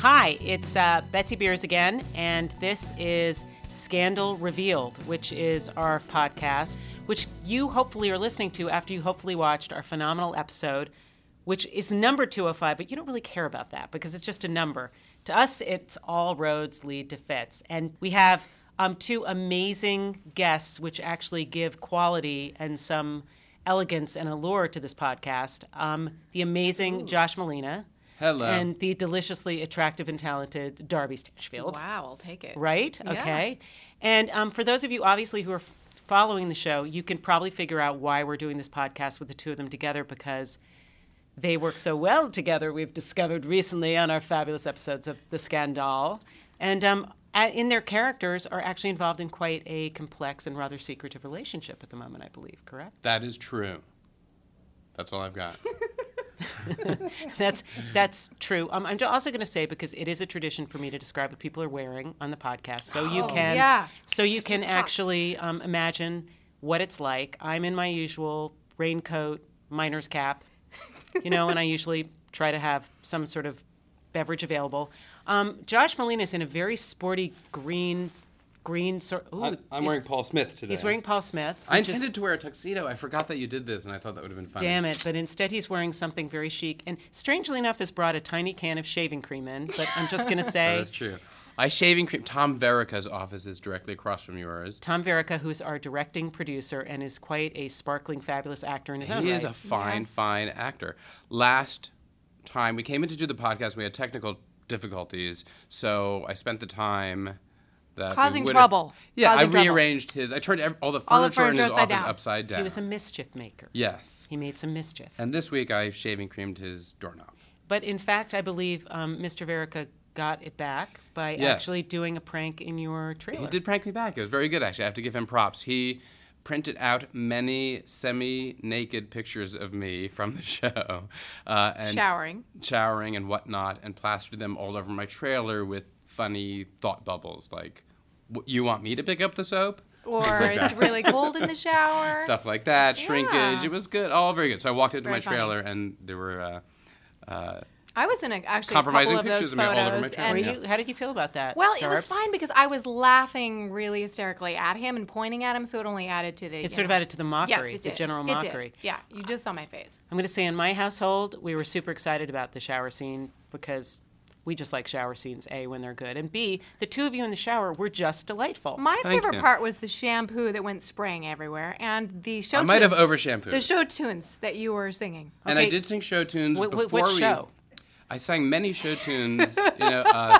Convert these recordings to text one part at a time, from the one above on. Hi, it's uh, Betsy Beers again, and this is Scandal Revealed, which is our podcast, which you hopefully are listening to after you hopefully watched our phenomenal episode, which is number 205, but you don't really care about that because it's just a number. To us, it's all roads lead to Fitz. And we have um, two amazing guests, which actually give quality and some elegance and allure to this podcast. Um, the amazing Josh Molina. Hello. And the deliciously attractive and talented Darby Stinchfield. Wow, I'll take it. Right? Yeah. Okay. And um, for those of you, obviously, who are f- following the show, you can probably figure out why we're doing this podcast with the two of them together because they work so well together, we've discovered recently on our fabulous episodes of The Scandal. And um, a- in their characters are actually involved in quite a complex and rather secretive relationship at the moment, I believe, correct? That is true. That's all I've got. That's that's true. Um, I'm also going to say because it is a tradition for me to describe what people are wearing on the podcast, so you can yeah. so you can actually um, imagine what it's like. I'm in my usual raincoat, miner's cap, you know, and I usually try to have some sort of beverage available. Um, Josh Molina is in a very sporty green green sort. Ooh, I, am wearing Paul Smith today. he's wearing Paul Smith. I which is- intended to wear a tuxedo. I forgot that you did this, and I thought that would have been fun. Damn it. But instead, he's wearing something very chic and strangely enough has brought a tiny can of shaving cream in. But I'm just going to say That's true. I shaving cream. Tom Verica's office is directly across from yours. Tom Verica, who's our directing producer and is quite a sparkling, fabulous actor in his own He right. is a fine, fine actor. Last time we came in to do the podcast, we had technical difficulties, so I spent the time that we Causing would have- trouble. Yeah, Causing I trouble. rearranged his. I turned ev- all the furniture, All the in furniture his upside office down. upside down. he was a mischief maker. yes. He made some mischief. And this week I shaving creamed his doorknob. But in fact, I believe um, Mr. Verica got it back by Yes. actually doing a prank in your trailer. He did prank me back. It was very good, actually. I have to give him props. He printed out many semi-naked pictures of me from the show, uh, and Showering. showering and whatnot, and plastered them all over my trailer with funny thought bubbles like, "W- "You want me to pick up the soap?" Or it's really cold in the shower. Stuff like that, shrinkage. Yeah. It was good, all very good. So I walked into Very my funny. trailer, and there were. Uh, uh, I was in a, actually a Compromising couple of pictures those of me all over my photos. trailer, Were and yeah. you, how did you feel about that? Well, it was Darbs? fine because I was laughing really hysterically at him and pointing at him, so it only added to the. It sort of added to the mockery, yes, it the did. general It did. mockery. Yeah, you just saw my face. I'm going to say in my household, we were super excited about the shower scene because we just like shower scenes, A, when they're good, and B, the two of you in the shower were just delightful. My Thank favorite you. part was the shampoo that went spraying everywhere and the show. I might have tunes- over-shampooed. The show tunes that you were singing. And I Okay. did sing show tunes Wh- wh- before which we. show? I sang many show tunes. you know, uh,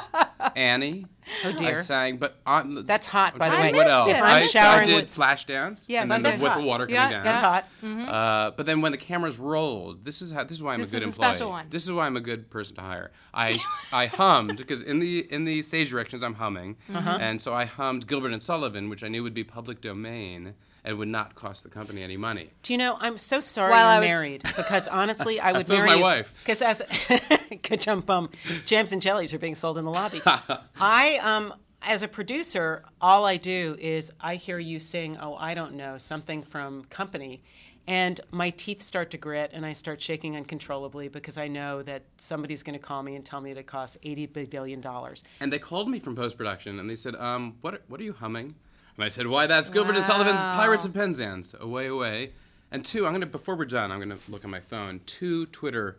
Annie. Oh, I dear. sang, but on, That's hot, by the I way. missed What else? it. I, I'm I showering did with- flash dance. Yes, and then the- that's with hot. the water coming Yeah, down. That's hot. Uh, but then when the cameras rolled, this is how. This is why I'm This a good is a employee. special one. This is why I'm a good person to hire. I I hummed because in the in the stage directions I'm humming, Uh-huh. and so I hummed Gilbert and Sullivan, which I knew would be public domain and would not cost the company any money. Do you know, I'm so sorry While you're I was- married because honestly, I would So is marry my you. wife. Because as good jump bum, jams and jellies are being sold in the lobby. I um as a producer, all I do is I hear you sing, oh I don't know, something from company, and my teeth start to grit and I start shaking uncontrollably because I know that somebody's going to call me and tell me that it costs eighty billion dollars. And they called me from post production and they said, um, what, are- what are you humming? And I said, Why, that's Gilbert and Sullivan's Pirates of Penzance, Away, Away. And two, I'm going to, before we're done, I'm going to look at my phone. Two Twitter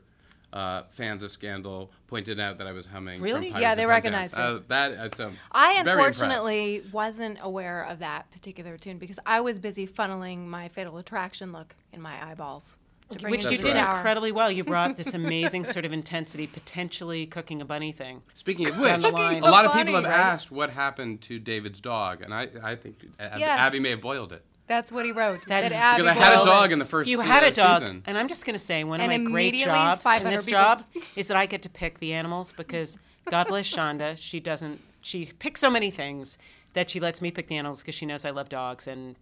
uh, fans of Scandal pointed out that I was humming. from Really? Pirates Yeah, of they Penzance. recognized it. Uh, that, uh, so I very unfortunately wasn't aware of that particular tune because I was busy funneling my Fatal Attraction look in my eyeballs. to bring Which it you to did the shower. incredibly well. You brought this amazing sort of intensity, potentially cooking a bunny thing. Speaking of Down which, the a line. lot of Funny, people have right? asked what happened to David's dog, and I, I think Ab- Yes. Abby may have boiled it. That's what he wrote. That That is- Abby Because I had a Boyle- dog in the first you se- had uh, a dog, season. and I'm just going to say one of And my great immediately jobs in 500 this people- job is that I get to pick the animals because God bless Shonda, she doesn't she picks so many things that she lets me pick the animals because she knows I love dogs and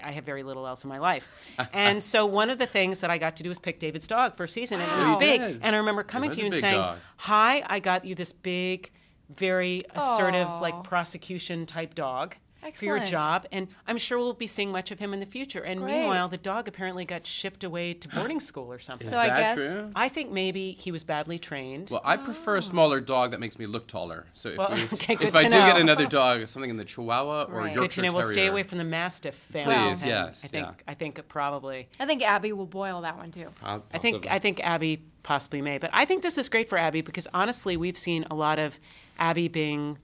I have very little else in my life. and so one of the things that I got to do was pick David's dog first season, and it Wow. was big. did. And I remember coming was to a you and big saying, dog. "Hi, I got you this big, very assertive, like Aw. prosecution type dog." for your Excellent. job, and I'm sure we'll be seeing much of him in the future. And Great. meanwhile, the dog apparently got shipped away to boarding school or something. Is So I that guess- true? I think maybe he was badly trained. Well, I prefer a smaller dog that makes me look taller. So if, Well, we, okay, good if I to do get know. another dog, something in the Chihuahwa or Right. Yorkshire Good to know. We'll stay Terrier. away from the Mastiff family. Please, then. yes, I think yeah. I think probably. I think Abby will boil that one too. I'll- I think possibly. I think Abby possibly may, but I think this is great for Abby because honestly, we've seen a lot of Abby being,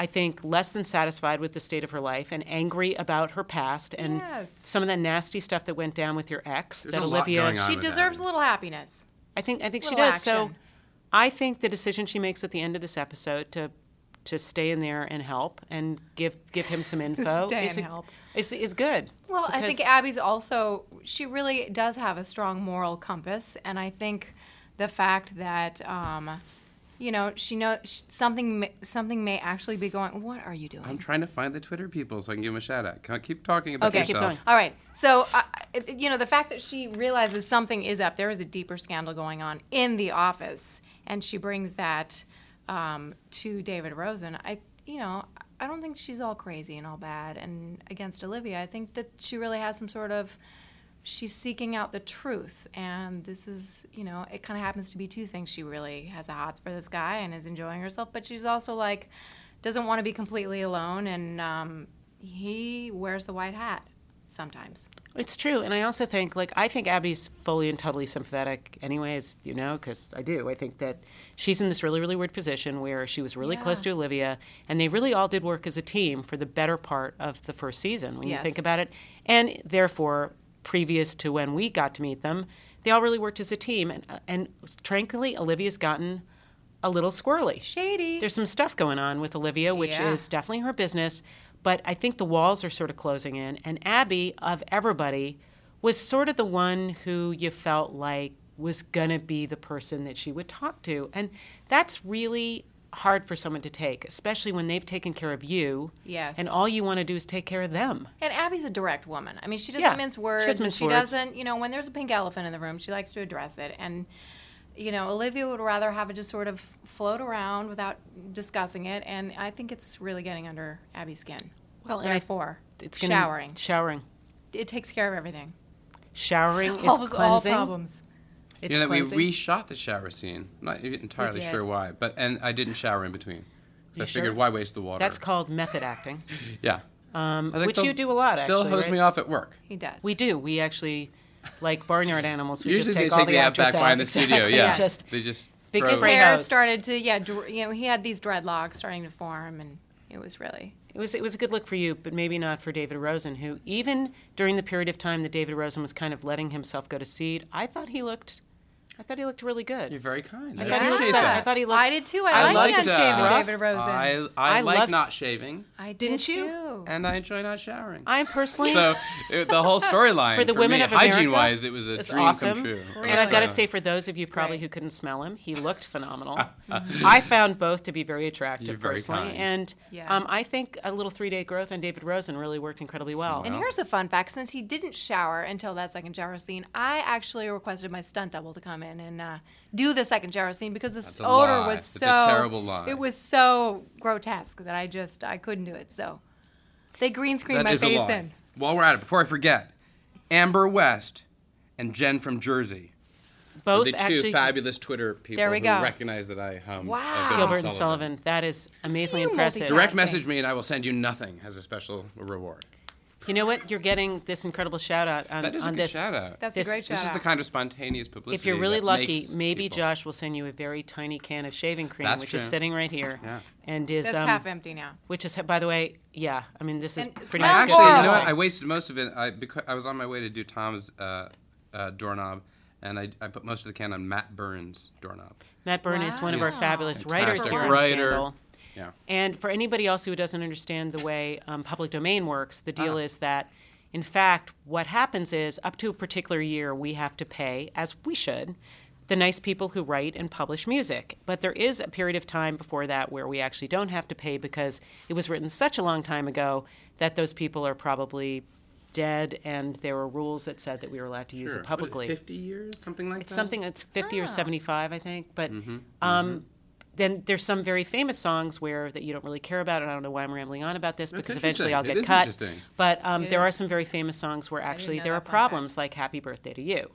I think, less than satisfied with the state of her life and angry about her past and Yes. some of that nasty stuff that went down with your ex There's that a lot Olivia. going on. She with deserves Abby. a little happiness. I think I think she Little does. So action. I think the decision she makes at the end of this episode to to stay in there and help and give give him some info Stay is, and a- help. is is good. Well, I because- think Abby's also she really does have a strong moral compass, and I think the fact that um, you know she knows something ma- something may actually be going. What are you doing? I'm trying to find the Twitter people so I can give them a shout out. Can I keep talking about Okay, yourself? keep going. All right. So, uh, it- you know, the fact that she realizes something is up, there is a deeper scandal going on in the office, and she brings that um, to David Rosen. I, you know, I don't think she's all crazy and all bad and against Olivia. I think that she really has some sort of. She's seeking out the truth, and this is, you know, it kind of happens to be two things. She really has a hots for this guy and is enjoying herself, but she's also like, doesn't want to be completely alone, and um, he wears the white hat sometimes. It's true, and I also think like I think Abby's fully and totally sympathetic, anyways. You know, because I do. I think that she's in this really, really weird position where she was really Yeah. close to Olivia, and they really all did work as a team for the better part of the first season. When you Yes. think about it, and therefore previous to when we got to meet them, they all really worked as a team, and uh, and frankly, Olivia's gotten a little squirrely. Shady. There's some stuff going on with Olivia, which Yeah. is definitely her business, but I think the walls are sort of closing in. And Abby, of everybody, was sort of the one who you felt like was going to be the person that she would talk to. And that's really hard for someone to take, especially when they've taken care of you. Yes. And all you want to do is take care of them. and Abby's a direct woman. I mean, she doesn't Yeah. mince She doesn't words. and mince she words. doesn't, you know, when there's a pink elephant in the room, she likes to address it. And, you know, Olivia would rather have it just sort of float around without discussing it. And I think it's really getting under Abby's skin. Well, and I- therefore, It's gonna, showering. Showering. It takes care of everything. Showering is Solves all cleansing. problems. It's You know that we cleansing. reshot the shower scene. I'm not even entirely did. sure why, but and I didn't shower in between. So You I figured sure? why waste the water? That's called method acting, yeah. um, I think which they'll- you do a lot, actually. They'll hose right? me off at work. He does. We do. We actually, like barnyard animals, we Usually just take they all take the me out actors back behind the Exactly. studio. Yeah, Just they just big throw- His spray hair hose. started to, yeah, dr- you know, he had these dreadlocks starting to form, and it was really it was it was a good look for you, but maybe not for David Rosen, who even during the period of time that David Rosen was kind of letting himself go to seed, I thought he looked, I thought he looked really good. You're very kind. I, thought he looked appreciate so- that. I thought he looked- I did too. I, I like liked, unshaven uh, David Rosen. I, I, I like loved- not shaving, I did Didn't you? too. and I enjoy not showering. I'm personally. so it, the whole storyline for the women me, of America, hygiene wise, it was a it's dream awesome. come true. And I've got to So- say, for those of you probably great. Mm-hmm. who couldn't smell him, he looked phenomenal. I found both to be very attractive You're very personally, kind. and Yeah. um, I think a little three day growth on David Rosen really worked incredibly well. Mm-hmm. And here's a fun fact: since he didn't shower until that second shower scene, I actually requested my stunt double to come in and uh, do the second shower scene because the That's a odor lie. was It's so a terrible lie. It was so grotesque that I just I couldn't do it. So they green screened That my is a face lie. in. While we're at it, before I forget, Amber West and Jen from Jersey. Both the two actually, fabulous Twitter people There we who go. recognize that I hum. Wow. uh, Gilbert and Sullivan. That is amazingly You impressive. multitask. Direct Fascinating. message me and I will send you nothing as a special reward. You know what? You're getting this incredible shout out on, That is a on good this. shout out. That's This- a great this shout is the out. kind of spontaneous publicity. If you're really that lucky, makes maybe people- Josh will send you a very tiny can of shaving cream, That's which is true. sitting right here, Yeah. and is That's um, half empty now. which is by the way, yeah. I mean, this is And pretty smells much Actually, you know what? horrible. I wasted most of it. I because I was on my way to do Tom's uh, uh, doorknob, and I, I put most of the can on Matt Burns' doorknob. Matt Byrne is one of our Wow. fabulous writers Fantastic here on writer. Scandal. Yeah. And for anybody else who doesn't understand the way um, public domain works, the deal is that, in fact, what happens is up to a particular year, we have to pay, as we should, the nice people who write and publish music. But there is a period of time before that where we actually don't have to pay because it was written such a long time ago that those people are probably dead and there were rules that said that we were allowed to use Sure. it Was publicly Fifty years, something like Ah. it's that. Mm-hmm. something that's 50 or 75 i think but um, Then there's some very famous songs where that you don't really care about, and I don't know why I'm rambling on about this That's because eventually I'll interesting. It get is cut. interesting. But um, It there are is. some very famous songs where actually know there that are fun fact. problems, like "Happy Birthday to You,"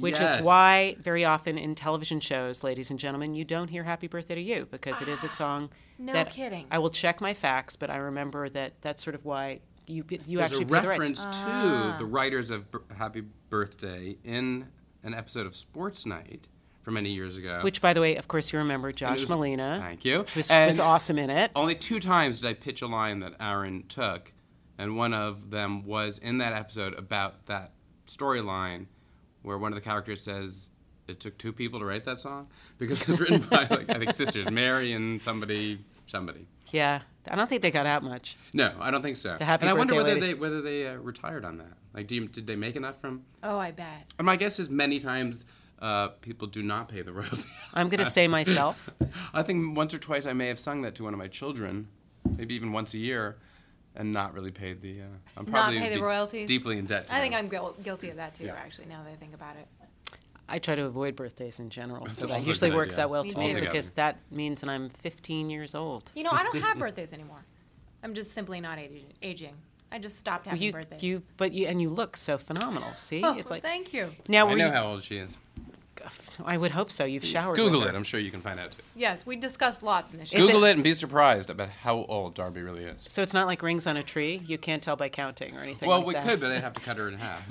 which is Yes. why very often in television shows, ladies and gentlemen, you don't hear "Happy Birthday to You" because it is a song. Ah. no that kidding. I will check my facts, but I remember that that's sort of why you you There's actually a pay the rights. reference to the writers of B- Happy Birthday in an episode of Sports Night from many years ago. Which, by the way, of course, you remember And it Josh was- Molina. Thank you. Was, And was awesome in it. Only two times did I pitch a line that Aaron took, and one of them was in that episode about that storyline where one of the characters says it took two people to write that song because it was written by like I think sisters Mary and somebody somebody. Yeah. I don't think they got out much. No, I don't think so. The Happy and I wonder Birthday whether ladies. they whether they uh, retired on that. Like, do you, did they make enough from? Oh, I bet. And my guess is many times uh, people do not pay the royalty. I'm Uh, going to say myself. I think once or twice I may have sung that to one of my children, maybe even once a year, and not really paid the. Uh, I'm probably pay the be royalties? Deeply in debt. To I think them. I'm guil- guilty of that too. Yeah. Actually, now that I think about it. I try to avoid birthdays in general, so That's that also a usually good works idea. out well Me to me too. because that means that I'm 15 years old. You know, I don't have birthdays anymore. I'm just simply not aging. aging. I just stopped having you, birthdays. you, but you, and you look so phenomenal. See, oh, it's well, like thank you. now. I were know you- how old she is. I would hope so. You've showered. Google with it. her. I'm sure you can find out too. Yes, we discussed lots in this show. Is Google it- it and be surprised about how old Darby really is. So it's not like rings on a tree. You can't tell by counting or anything. Well, like we that. could, but I'd have to cut her in half.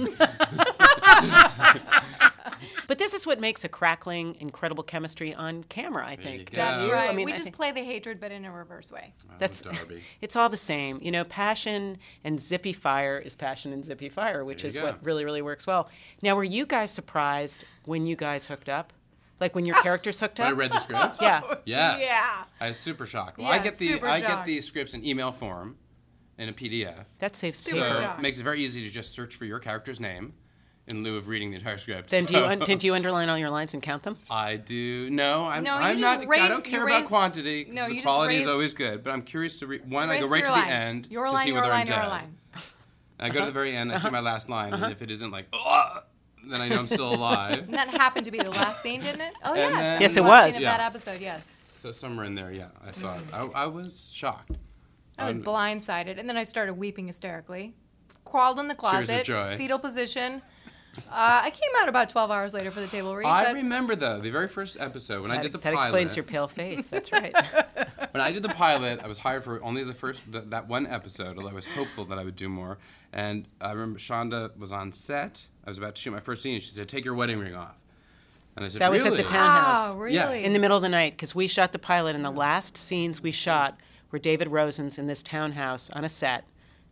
But this is what makes a crackling, incredible chemistry on camera. I think you That's Yeah. right. I mean, we I just think- play the hatred, but in a reverse way. That's Oh, Darby. It's all the same, you know. Passion and zippy fire is passion and zippy fire, which There is you what go. really, really works well. Now, were you guys surprised when you guys hooked up, like when your characters hooked When I up? read the script. yeah, Yes. Yeah. I was super shocked. Well, I Yeah, get the super I get shocked. these scripts in email form, in a PDF. that saves Super paper. so shocked. it makes it very easy to just search for your character's name in lieu of reading the entire script. Then do you So- un- then do you underline all your lines and count them? I do. No, I'm, No, you I'm just not. I raise- don't you care about raise- quantity. 'cause no, the you just quality is raise- always good. But I'm curious to read. One, I go Raise right your to the lines. end Your to line, see your whether I'm line, dead. your line. Uh-huh. I go to the very end. I see my last line, and if it isn't like, "Ugh," then I know I'm still alive. And that happened to be the last scene, didn't it? Oh, yes. then- that Yes, it the last was. Scene Yeah. Of that episode, yes. so somewhere in there, yeah, I saw it. Mm. I, I was shocked. I was Um, blindsided, and then I started weeping hysterically. Crawled in the closet, of joy. fetal position. Uh, I came out about 12 hours later for the table read. I but remember though the very first episode when I That, did the that pilot. explains your pale face. That's right. When I did the pilot, I was hired for only the first th- that one episode, although I was hopeful that I would do more. And I remember Shonda was on set. I was about to shoot my first scene. and She said, "Take your wedding ring off," and I said, That was really? at the town- wow, Townhouse. Ah, really? Yeah. in the middle of the night because we shot the pilot and the last scenes we shot were David Rosen's in this townhouse on a set,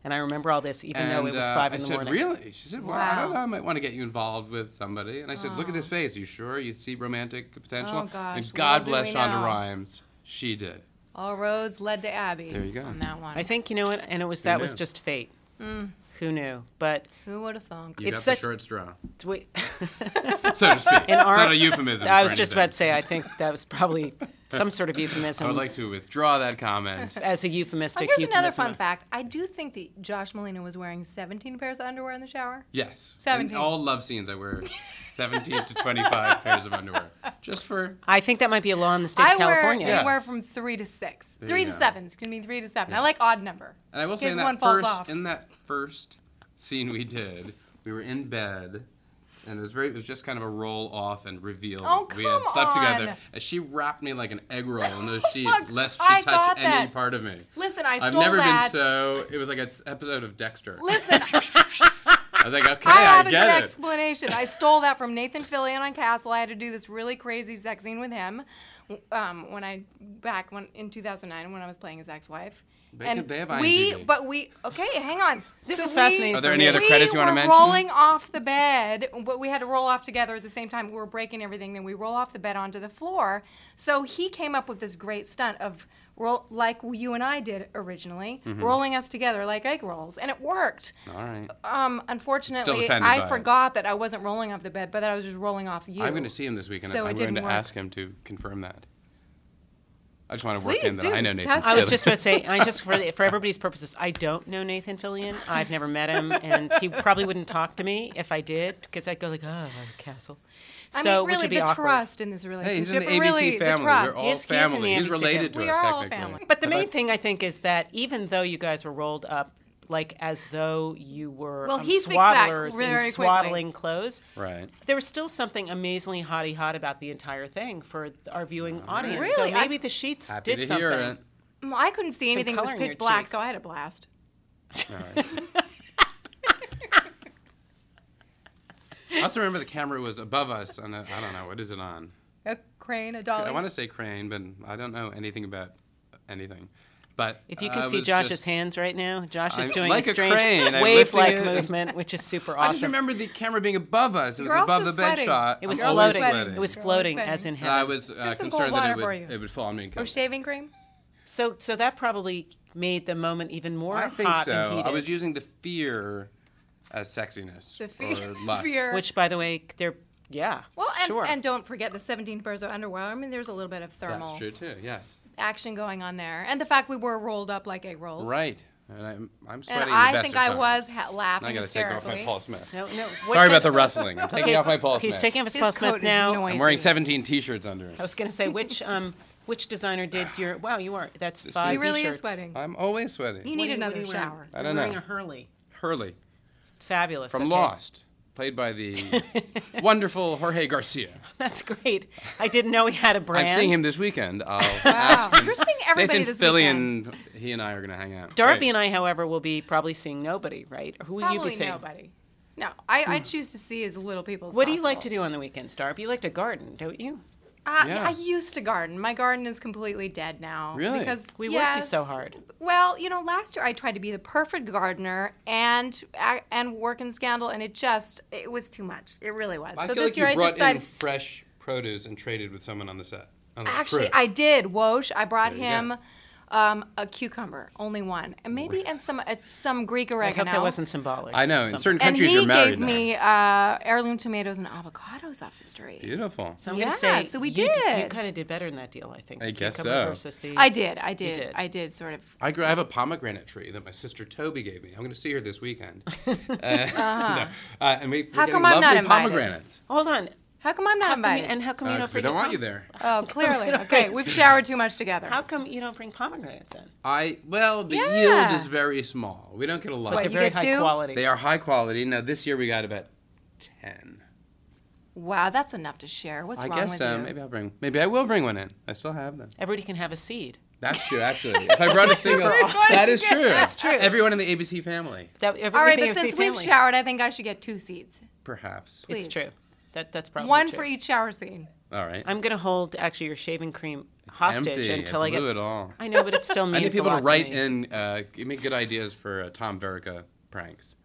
and I remember all this even though it And, was uh, five I in the said, morning. Really? She said, Well, I don't Wow. know. I might want to get you involved with somebody. And I said, Look at this face. You sure? You see romantic potential? Oh, gosh. And God Well, do bless we Shonda know. Rhimes. She did. All roads led to Abby. There you go. On that one. I think you know what, and it was that was knew? just fate. Mm. Who knew? But Who would have thunk? You It's got such- the short straw, we, so to speak. it's our- not a euphemism. I for was just about to anything. say I think that was probably some sort of euphemism I would like to withdraw that comment. as a Oh, euphemistic. here's another euphemism. fun fact. I do think that Josh Molina was wearing 17 pairs of underwear in the shower. Yes. In 17. all love scenes, I wear 17 to 25 pairs of underwear. Just for. I think that might be a law in the state I of California. wear Yeah. anywhere from three to six, There three you to go. seven. Excuse me, three to seven. I like odd number. And I will say, case in that, one falls first, off. in that first scene we did, we were in bed. And it was very—it was just kind of a roll-off and reveal. Oh, we had come slept together, on. Oh, and she wrapped me like an egg roll in those sheets, Look, lest she I touch got any that. part of me. Listen, I I've stole never that. been so. It was like an episode of Dexter. Listen, I was like, okay, I I, have a good get it. explanation. I stole that from Nathan Fillion on Castle. I had to do this really crazy sex scene with him um, when I back when in 2009 when I was playing his ex-wife. They could- they have we, IMDb. but we okay. Hang on. This So is we- fascinating. Are there for any me. other we credits you wanna were mention? rolling off the bed, but we had to roll off together at the same time. We were breaking everything. Then we roll off the bed onto the floor. So he came up with this great stunt of roll like you and I did originally, Mm-hmm. rolling us together like egg rolls, and it worked. All right, Um, unfortunately, offended by I it. forgot that I wasn't rolling off the bed, but that I was just rolling off you. I'm going to see him this weekend. So I'm it going didn't to work. ask him to confirm that. I just want to work Please in that do. I know Nathan. Test I was Fillion. just about to say, I just for the, for everybody's purposes, I don't know Nathan Fillion. I've never met him, and he probably wouldn't talk to me if I did because I'd go like, "Oh, Castle." I So mean, which really, would be the awkward. trust in this relationship. Hey, he's in the but ABC really, the family. trust. We're all Yes, he is in the family. He's ABC related family. to We us are all technically. family. But the I main thought- thing I think is that even though you guys were rolled up like as though you were Well, um, he fixed that swaddlers in very quickly. swaddling clothes, Right. there was still something amazingly hotty hot about the entire thing for our viewing audience. Really? So I- maybe the sheets Oh, Happy did to something. hear it. Mm, Well, I couldn't see anything. It color was in your pitch black, cheeks. so I had a blast. All right. I also remember the camera was above us on a, I don't know, what is it on? A crane, a dolly. I want to say crane, but I don't know anything about anything. But If you can I see was Josh's just- hands right now, Josh is I'm- doing like a a strange crane, I'm wave-like lifting it. movement, which is super I just awesome. remember the camera being above us. It was You're also above the bed sweating. shot. it was I'm always floating. sweating. It was You're always floating sweating. as in And heaven. I was uh, Here's some concerned cold that it water would, for you. it would fall on me. and kill Or me. shaving cream. So, so that probably made the moment even more I think hot so. and heated. I was using the fear as sexiness. The Or lust. fear. which, by the way, they're yeah, Well, and, sure. and don't forget the 17 pairs of underwear. I mean, there's a little bit of That's thermal true too. Yes. action going on there, and the fact we were rolled up like egg rolls. Right. And I'm, I'm sweating. in And the I best think of I times. was ha- laughing I gotta take off my hysterically. Paul Smith. no, no. what Sorry did- about the rustling. I'm taking Okay, off my Paul He's Smith. taking off his His Paul coat Smith is now. noisy. I'm wearing 17 t-shirts under it. I was going to say which um which designer did your wow you are that's This five is- He really t-shirts. is sweating. I'm always sweating. You What need are you- what are another you wearing? shower. I You're don't wearing know. a Hurley. Hurley Fabulous. from okay. Lost, played by the wonderful Jorge Garcia. That's great. I didn't know he had a brand. I'm seeing him this weekend. I'll Wow, ask him. you're seeing everybody Nathan this weekend. Fillion, he and I are gonna hang out. Darby Great. and I, however, will be probably seeing nobody, right? Or Who will Probably you be seeing? nobody. No, I, I choose to see as little people as What do you like to possible. do on the weekends, Darby? You like to garden, don't you? Uh, Yeah. I used to garden. My garden is completely dead now. Really? Because We worked you so yes. hard. Well, you know, last year I tried to be the perfect gardener and a- and work in Scandal, and it just it was too much. It really was. I so feel this like year you I brought in decided. fresh produce and traded with someone on the set. on the Actually, crew. I did. Woj, I brought There you him go. um, a cucumber, only one, and maybe and some uh, some Greek I oregano. hope that wasn't symbolic. I know. In Some- certain and countries, he you're married gave now. me uh, heirloom tomatoes and avocados off his tree. Beautiful. So I'm going Yeah, to say, so we you d- you did. kind of did better in that deal, I think. I the guess cucumber so. Versus the, I did. I did. did. I did sort of. I, grew, I have a pomegranate tree that my sister Toby gave me. I'm going to see her this weekend. Uh, no. Uh, and we, we're Uh-huh. How getting come I'm lovely not invited? pomegranates. Hold on. How come I'm not How come invited? you, and how come Uh, you 'cause don't we bring don't a want pom- you there. Oh, clearly. Okay, we've showered too much together. How come you don't bring pomegranates in? I well, the Yeah. yield is very small. We don't get a lot. What, They're you very get high two? quality. They are high quality. Now this year we got about ten. Wow, that's enough to share. What's I wrong guess with uh, you? maybe I'll bring. Maybe I will bring one in. I still have them. Everybody can have a seed. That's true. Actually, if I brought a single, that is true. That's true. Everyone in the ABC family, That, everybody All right, can but have a since seed we've family. showered, I think I should get two seeds. perhaps. It's please. true. That, that's probably One true. for each shower scene. All right. I'm going to hold actually your shaving cream hostage Empty. until I I get. blew it all. I know, but it still means I need a people lot to write me. in. Uh, give me good ideas for uh, Tom Verica pranks.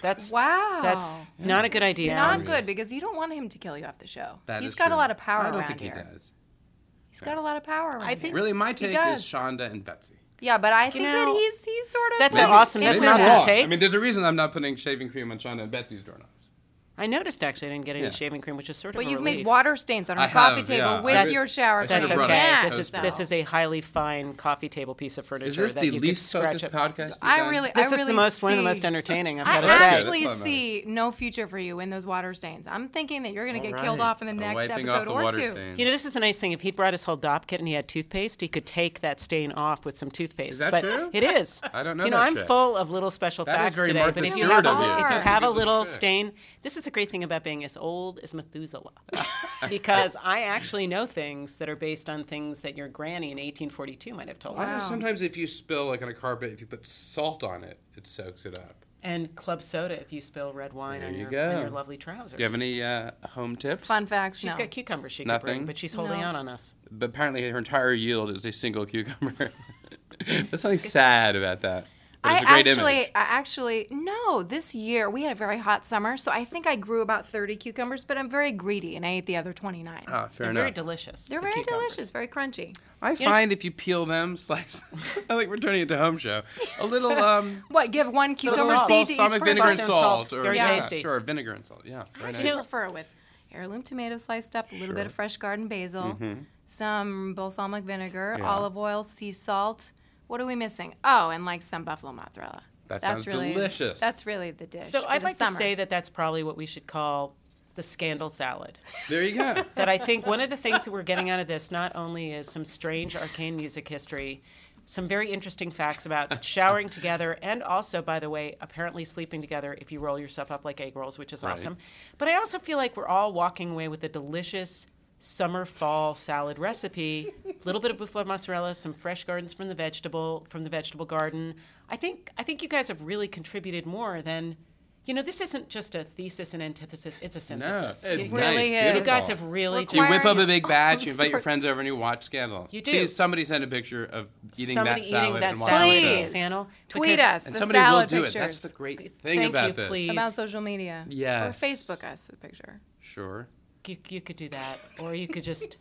That's Wow. That's not a good idea. Um, Not Alan. good because you don't want him to kill you off the show. That He's is got true. a lot of power I don't around think he here. does. He's got a lot of power around I think- here. Really, my take is does. Shonda and Betsy. Yeah, but I think know, that he's he's sort of that's like an awesome- in that's an and awesome out. wrong. take. I mean, there's a reason I'm not putting shaving cream on Shonda and Betsy's doorknobs. I noticed actually I didn't get any Yeah. shaving cream, which is sort of But a you've made relief. water stains on I our coffee have, table yeah. with That's- your shower I should've That's Should've cream. brought okay. a Yeah. This is toaster. this is a highly fine coffee table piece of furniture Is this that the you least could scratch focused up. podcast? I you've done? really, This I is really the most one of the most see- entertaining I've I got to good. say. actually That's fine, see no future for you in those water stains. I'm thinking that you're going to get killed All right. off in the I'm next wiping off episode the or water two. stain. You know, this is the nice thing. If he brought his whole dop kit and he had toothpaste, he could take that stain off with some toothpaste. Is that but true? It is. I don't know You know, that I'm shit. full of little special That is facts very today. Martha but if you Stewart have, of a, you. if you That's a have a good little fact. stain, this is a great thing about being as old as Methuselah, because I actually know things that are based on things that your granny in 1842 might have told. I me. know sometimes if you spill like on a carpet, if you put salt on it, it soaks it up. And club soda if you spill red wine There on you your, go. on your lovely trousers. Do you have any uh, home tips? Fun fact. She's no. got cucumbers she could bring, Nothing? but she's holding No. out on us. But apparently, her entire yield is a single cucumber. There's something sad about that. But I it's a great actually, image. I actually, no, this year we had a very hot summer, so I think I grew about 30 cucumbers, but I'm very greedy and I ate the other 29. Ah, fair They're enough. very delicious. They're the very cucumbers. delicious, very crunchy. I find if you peel them, slice. I think we're turning it to home show. A little um, What, give one cucumber salt. seed to each balsamic person? vinegar and Balsam salt, salt, or very yeah, tasty. sure, vinegar and salt. Yeah, very I nice. actually prefer it with heirloom tomato sliced up, a little bit of fresh garden basil, some balsamic vinegar, Mm-hmm. Yeah. olive oil, sea salt. What are we missing? Oh, and like some buffalo mozzarella. That sounds delicious. That's really the dish. So for I'd the like to summer. say that that's probably what we should call the scandal salad. There you go. that I think one of the things that we're getting out of this not only is some strange arcane music history, some very interesting facts about showering together, and also, by the way, apparently sleeping together if you roll yourself up like egg rolls, which is Right. awesome. But I also feel like we're all walking away with a delicious summer fall salad recipe. A little bit of buffalo mozzarella, some fresh gardens from the vegetable from the vegetable garden. I think I think you guys have really contributed more than you know, this isn't just a thesis and antithesis, it's a No, synthesis. it You- really nice, is. you guys beautiful. have really Look You just whip up a big All batch. You invite your sorts. friends over, and you watch Scandal. You do. Please, somebody send a picture of eating somebody that salad eating that and salad, watching the Please. show. Sandal, Tweet because- us. And the somebody will salad do it. pictures. That's the great thing Thank about you, this. please. about social media. Yes. Or Facebook us the picture. Sure. You, you could do that, or you could just,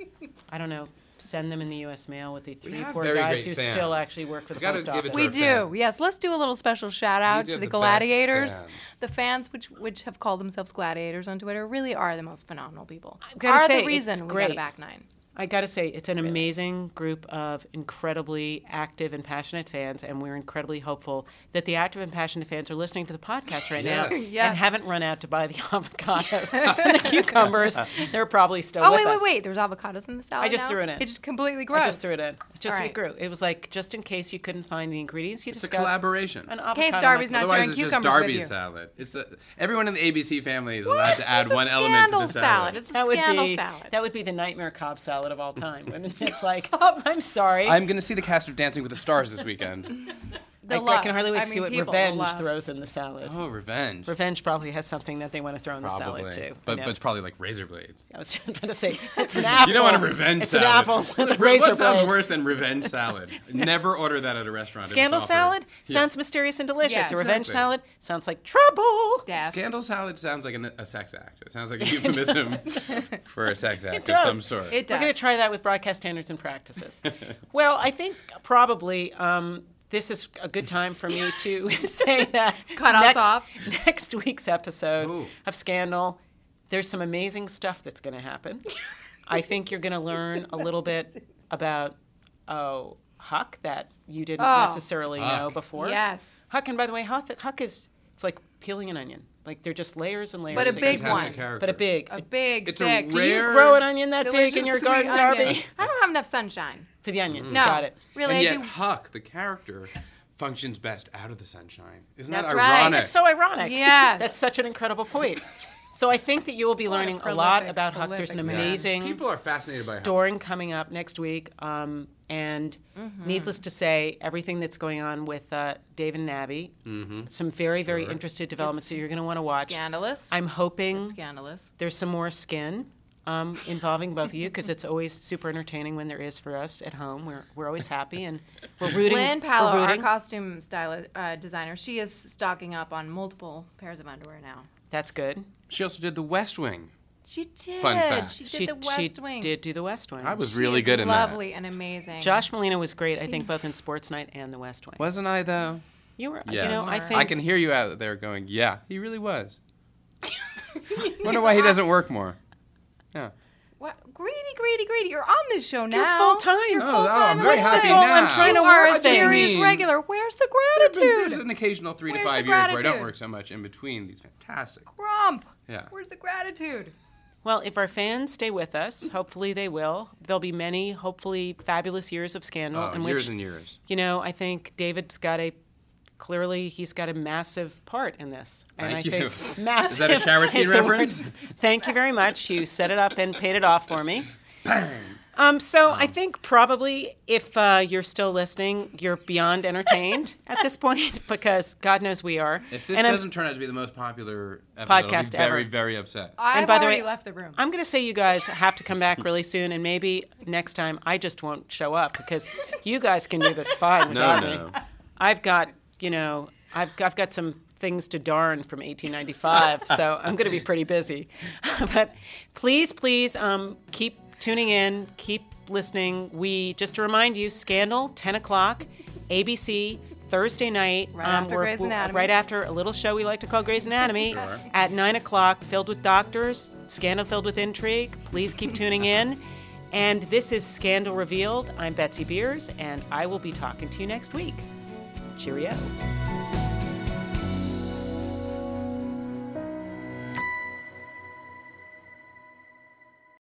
I don't know, send them in the U.S. mail with the three have poor very guys great who fans. still actually work for the We gotta post give it office. to We our do. fans. Yes, let's do a little special shout out do to have the, the best gladiators. fans. The fans, which which have called themselves gladiators on Twitter, really are the most phenomenal people. gotta are say, the it's reason we got great. a back nine. I got to say, it's an amazing group of incredibly active and passionate fans, and we're incredibly hopeful that the active and passionate fans are listening to the podcast right now Yes. Yes. and haven't run out to buy the avocados and the cucumbers. They're probably still Oh with wait, wait, us. wait! There's avocados in the salad. I just now? threw it in. It just completely gross. I just threw it in. Just All it right. grew. It was like just in case you couldn't find the ingredients you It's a discussed. collaboration. An Otherwise, avocado and Darby's a not sharing it's just cucumbers with Darby's you. salad. It's a, everyone in the ABC family is What? allowed to add It's a one element to scandal the salad. It's a that would scandal be salad. that would be the nightmare cob salad of all time. When it's like, I'm sorry, I'm going to see the cast of Dancing with the Stars this weekend. I, The I love. can hardly wait I to see mean, what people revenge love. throws in the salad. oh, revenge. Revenge probably has something that they want to throw in Probably. the salad too. But, Who but it's knows? probably like razor blades. I was about to say it's an apple. You don't want a revenge It's salad. an apple with a razor what sounds blade. worse than revenge salad? Never order that at a restaurant. if it's Scandal offered. salad Yeah. sounds mysterious and delicious. Yeah, a revenge exactly. salad sounds like trouble. Death. Scandal salad sounds like an, a sex act. It sounds like a euphemism for a sex act of does. some sort. It We're going does. to try that with broadcast standards and practices. well, I think probably um, this is a good time for me to say that Cut us next, off. next week's episode Ooh. of Scandal, there's some amazing stuff that's going to happen. I think you're going to learn a little bit about, oh, Huck that you didn't Oh. necessarily know Huck. before. Yes. Huck, and by the way, Huck, Huck is, it's like peeling an onion. Like they're just layers and layers. But a It's big Fantastic one. character. But a big. A big, It's a thick, do you rare- grow an onion that delicious, big in your sweet garden, onion. Darby? I don't have enough sunshine. For the onions. No, Got it. really, and I yet, do. Huck, the character, functions best out of the sunshine. Isn't That's that right. ironic? That's so ironic. Yes. That's such an incredible point. So I think that you will be learning a, prolific, lot about Huck. There's an prolific man. amazing People are fascinated by Huck. story coming up next week. Um, and Mm-hmm. needless to say, everything that's going on with uh, Dave and Abby, Mm-hmm. some very, very interesting developments that you're going to want to watch. Scandalous. I'm hoping Scandalous. there's some more skin um, involving both of you because it's always super entertaining when there is for us at home. We're, we're always happy and we're rooting. Lynn we're Palo, our rooting. costume style uh, designer, she is stocking up on multiple pairs of underwear now. That's good. She also did The West Wing. She did. Fun fact. She did the West she Wing. did do the West Wing. I was She really is good in that. Lovely and amazing. Josh Molina was great, I think, both in Sports Night and the West Wing. Wasn't I though? You were, Yeah. you know, I think. I can hear you out there going, "Yeah, he really was." Wonder why he doesn't work more. Yeah. What? Greedy, greedy, greedy. You're on this show now. You're full time. You're Oh, full oh, time. I'm very What's happy this? all I'm now. trying to You are a work. thing. serious mean. regular. Where's the There's an gratitude? occasional three to Where's five the years where I don't gratitude? work so much in between these fantastic. Grump. Yeah. Where's the gratitude? Well, if our fans stay with us, hopefully they will. There'll be many, hopefully, fabulous years of scandal Oh, in which years and years. you know, I think David's got a clearly he's got a massive part in this. And Thank I you. think massive Is that a shower scene is the word. reference? Thank you very much. You set it up and paid it off for me. Um, so I think probably if uh, you're still listening, you're beyond entertained at this point because God knows we are. If this And I'm- doesn't turn out to be the most popular episode, I'll be Podcast very, ever. very upset. I've by the way- already left the room. I'm going to say you guys have to come back really soon, and maybe next time I just won't show up because you guys can do this fine without no. me. I've got, you know, I've, I've got some things to darn from 1895, so I'm going to be pretty busy. but please, please um, keep tuning in, keep listening. We, just to remind you, Scandal, 10 o'clock, ABC. Thursday night, Right after we're- Grey's we're- Anatomy. uh, right after a little show we like to call Grey's Anatomy, Sure. at 9 o'clock, filled with doctors, scandal filled with intrigue. Please keep tuning in. And this is Scandal Revealed. I'm Betsy Beers, and I will be talking to you next week. Cheerio.